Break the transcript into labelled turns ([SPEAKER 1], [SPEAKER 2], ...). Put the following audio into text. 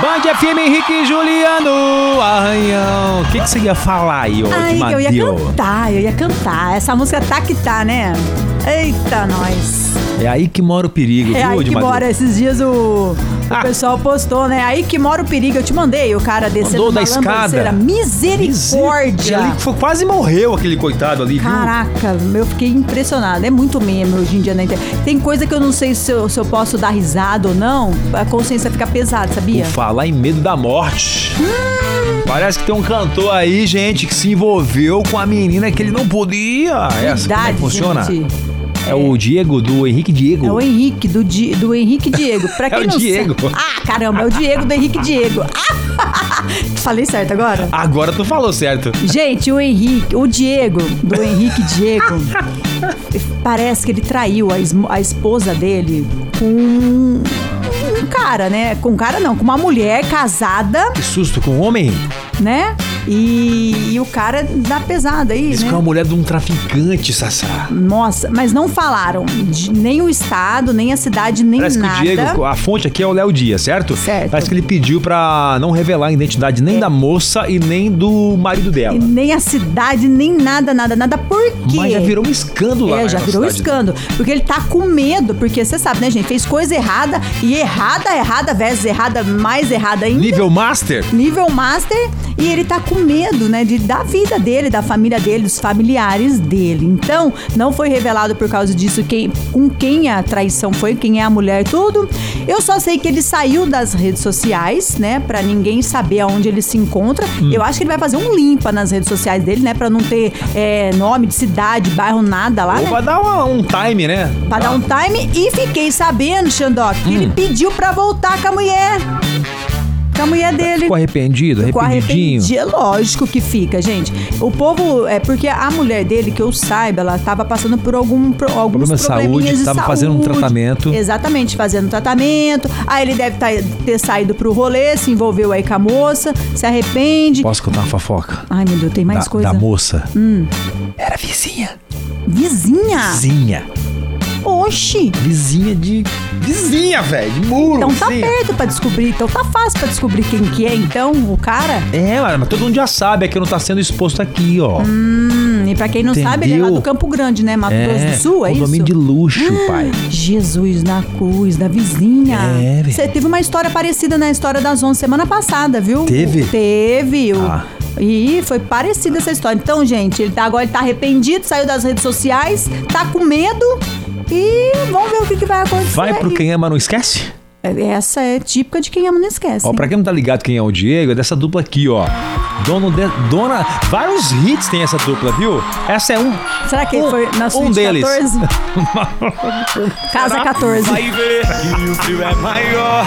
[SPEAKER 1] Band FM Henrique e Juliano Arranhão. O que, que você ia falar aí, ô,
[SPEAKER 2] Ai,
[SPEAKER 1] de
[SPEAKER 2] eu ia
[SPEAKER 1] Madeu?
[SPEAKER 2] cantar, eu ia cantar. Essa música tá que tá, né? Eita, nós.
[SPEAKER 1] É aí que mora o perigo,
[SPEAKER 2] É
[SPEAKER 1] viu,
[SPEAKER 2] aí
[SPEAKER 1] de
[SPEAKER 2] que
[SPEAKER 1] Madeu?
[SPEAKER 2] mora. Esses dias o, o
[SPEAKER 1] Ah.
[SPEAKER 2] pessoal postou, né? Aí que mora o perigo. Eu te mandei o cara descendo
[SPEAKER 1] Mandou da
[SPEAKER 2] uma lambanceira.
[SPEAKER 1] escada.
[SPEAKER 2] Misericórdia.
[SPEAKER 1] Ali foi- quase morreu aquele coitado ali, viu?
[SPEAKER 2] Caraca, eu fiquei impressionada. É muito meme hoje em dia na internet. Tem coisa que eu não sei se eu, se eu posso dar risada ou não. A consciência fica pesada, sabia?
[SPEAKER 1] Por falar em medo da morte.
[SPEAKER 2] Hum.
[SPEAKER 1] Parece que tem um cantor aí, gente, que se envolveu com a menina que ele não podia. Essa, como é que funciona?
[SPEAKER 2] gente.
[SPEAKER 1] É o Diego, do Henrique Diego.
[SPEAKER 2] É o Henrique, do, Di- do Henrique Diego. Pra
[SPEAKER 1] É
[SPEAKER 2] quem
[SPEAKER 1] o
[SPEAKER 2] não
[SPEAKER 1] Diego.
[SPEAKER 2] Sabe... Ah, caramba, é o Diego do Henrique Diego. Ah, Falei certo agora?
[SPEAKER 1] Agora tu falou certo.
[SPEAKER 2] Gente, o Henrique, o Diego, do Henrique Diego, parece que ele traiu a, esmo- a esposa dele com um um cara, né? Com um cara não, com uma mulher casada,
[SPEAKER 1] Que susto com um homem.
[SPEAKER 2] né? E, e o cara dá pesada aí,
[SPEAKER 1] Isso
[SPEAKER 2] né?
[SPEAKER 1] que é uma mulher de um traficante, Sassá.
[SPEAKER 2] Nossa, mas não falaram de- nem o estado, nem a cidade, nem
[SPEAKER 1] Parece
[SPEAKER 2] nada.
[SPEAKER 1] que o Diego, a fonte aqui é o Léo Dias, certo?
[SPEAKER 2] Certo. É.
[SPEAKER 1] Parece que ele pediu pra não revelar a identidade nem da moça e nem do marido dela.
[SPEAKER 2] E nem a cidade, nem nada, nada, nada. Por quê?
[SPEAKER 1] Mas já virou um escândalo lá
[SPEAKER 2] É,
[SPEAKER 1] na
[SPEAKER 2] já virou um
[SPEAKER 1] cidade.
[SPEAKER 2] escândalo. Porque ele tá com medo, porque você sabe, né, gente? Fez coisa errada e errada, errada, vezes errada, mais errada ainda.
[SPEAKER 1] Nível master?
[SPEAKER 2] Nível master e ele tá com medo, né, de, da vida dele, da família dele, dos familiares dele. Então, não foi revelado por causa disso quem, com quem a traição foi, quem é a mulher, tudo. Eu só sei que ele saiu das redes sociais, né, Pra ninguém saber aonde ele se encontra. Eu acho que ele vai fazer um limpa nas redes sociais dele, né, Pra não ter é, nome de cidade, bairro, nada lá,
[SPEAKER 1] Ou
[SPEAKER 2] né?
[SPEAKER 1] pra dar uma- um time, né?
[SPEAKER 2] Pra dar um time e fiquei sabendo, Xandoc, que ele pediu pra voltar com a mulher. Com a mulher dele.
[SPEAKER 1] Ficou arrependido,
[SPEAKER 2] Ficou
[SPEAKER 1] arrependidinho.
[SPEAKER 2] arrependido. É lógico que fica, gente. O povo, é porque a mulher dele, que eu saiba, ela tava passando por algum, pro- alguns
[SPEAKER 1] Problema de saúde,
[SPEAKER 2] probleminhas de
[SPEAKER 1] tava fazendo um
[SPEAKER 2] saúde.
[SPEAKER 1] tratamento.
[SPEAKER 2] Exatamente, fazendo tratamento. Aí ele deve tá- ter saído pro rolê, se envolveu aí com a moça, se arrepende.
[SPEAKER 1] Posso contar uma fofoca?
[SPEAKER 2] Ai, meu Deus, tem mais
[SPEAKER 1] da,
[SPEAKER 2] coisa. Hum.
[SPEAKER 1] da moça. Era vizinha.
[SPEAKER 2] Vizinha.
[SPEAKER 1] Vizinha.
[SPEAKER 2] Oxi.
[SPEAKER 1] Vizinha de. Vizinha, velho. De muro.
[SPEAKER 2] Então tá
[SPEAKER 1] vizinha.
[SPEAKER 2] perto pra descobrir, então tá fácil pra descobrir quem que é, então, o cara.
[SPEAKER 1] É, mas mas todo mundo já sabe, é que não tá sendo exposto aqui, ó.
[SPEAKER 2] Hum, e pra quem não sabe, ele é lá
[SPEAKER 1] Entendeu?
[SPEAKER 2] do Campo Grande, né? Mato Grosso
[SPEAKER 1] é,
[SPEAKER 2] do Sul, é
[SPEAKER 1] condomínio
[SPEAKER 2] isso? Ah.
[SPEAKER 1] de luxo, pai.
[SPEAKER 2] Jesus na cruz, da vizinha.
[SPEAKER 1] É, velho.
[SPEAKER 2] Você teve uma história parecida na história das 11 semana passada, viu?
[SPEAKER 1] Teve?
[SPEAKER 2] Teve. o-
[SPEAKER 1] Ah.
[SPEAKER 2] E foi parecida essa história. Então, gente, ele tá, agora ele tá arrependido, saiu das redes sociais, tá com medo e vamos ver o que, que vai acontecer.
[SPEAKER 1] Vai pro
[SPEAKER 2] aí.
[SPEAKER 1] quem ama, não esquece?
[SPEAKER 2] Essa é típica de quem ama, não esquece.
[SPEAKER 1] Ó,
[SPEAKER 2] hein?
[SPEAKER 1] pra quem não tá ligado quem é o Diego, é dessa dupla aqui, ó. Dono de, dona. Vários hits tem essa dupla, viu? Essa é um.
[SPEAKER 2] Será que
[SPEAKER 1] um,
[SPEAKER 2] foi na suíte
[SPEAKER 1] um deles.
[SPEAKER 2] 14? Casa 14.
[SPEAKER 1] Vai ver que o frio é maior.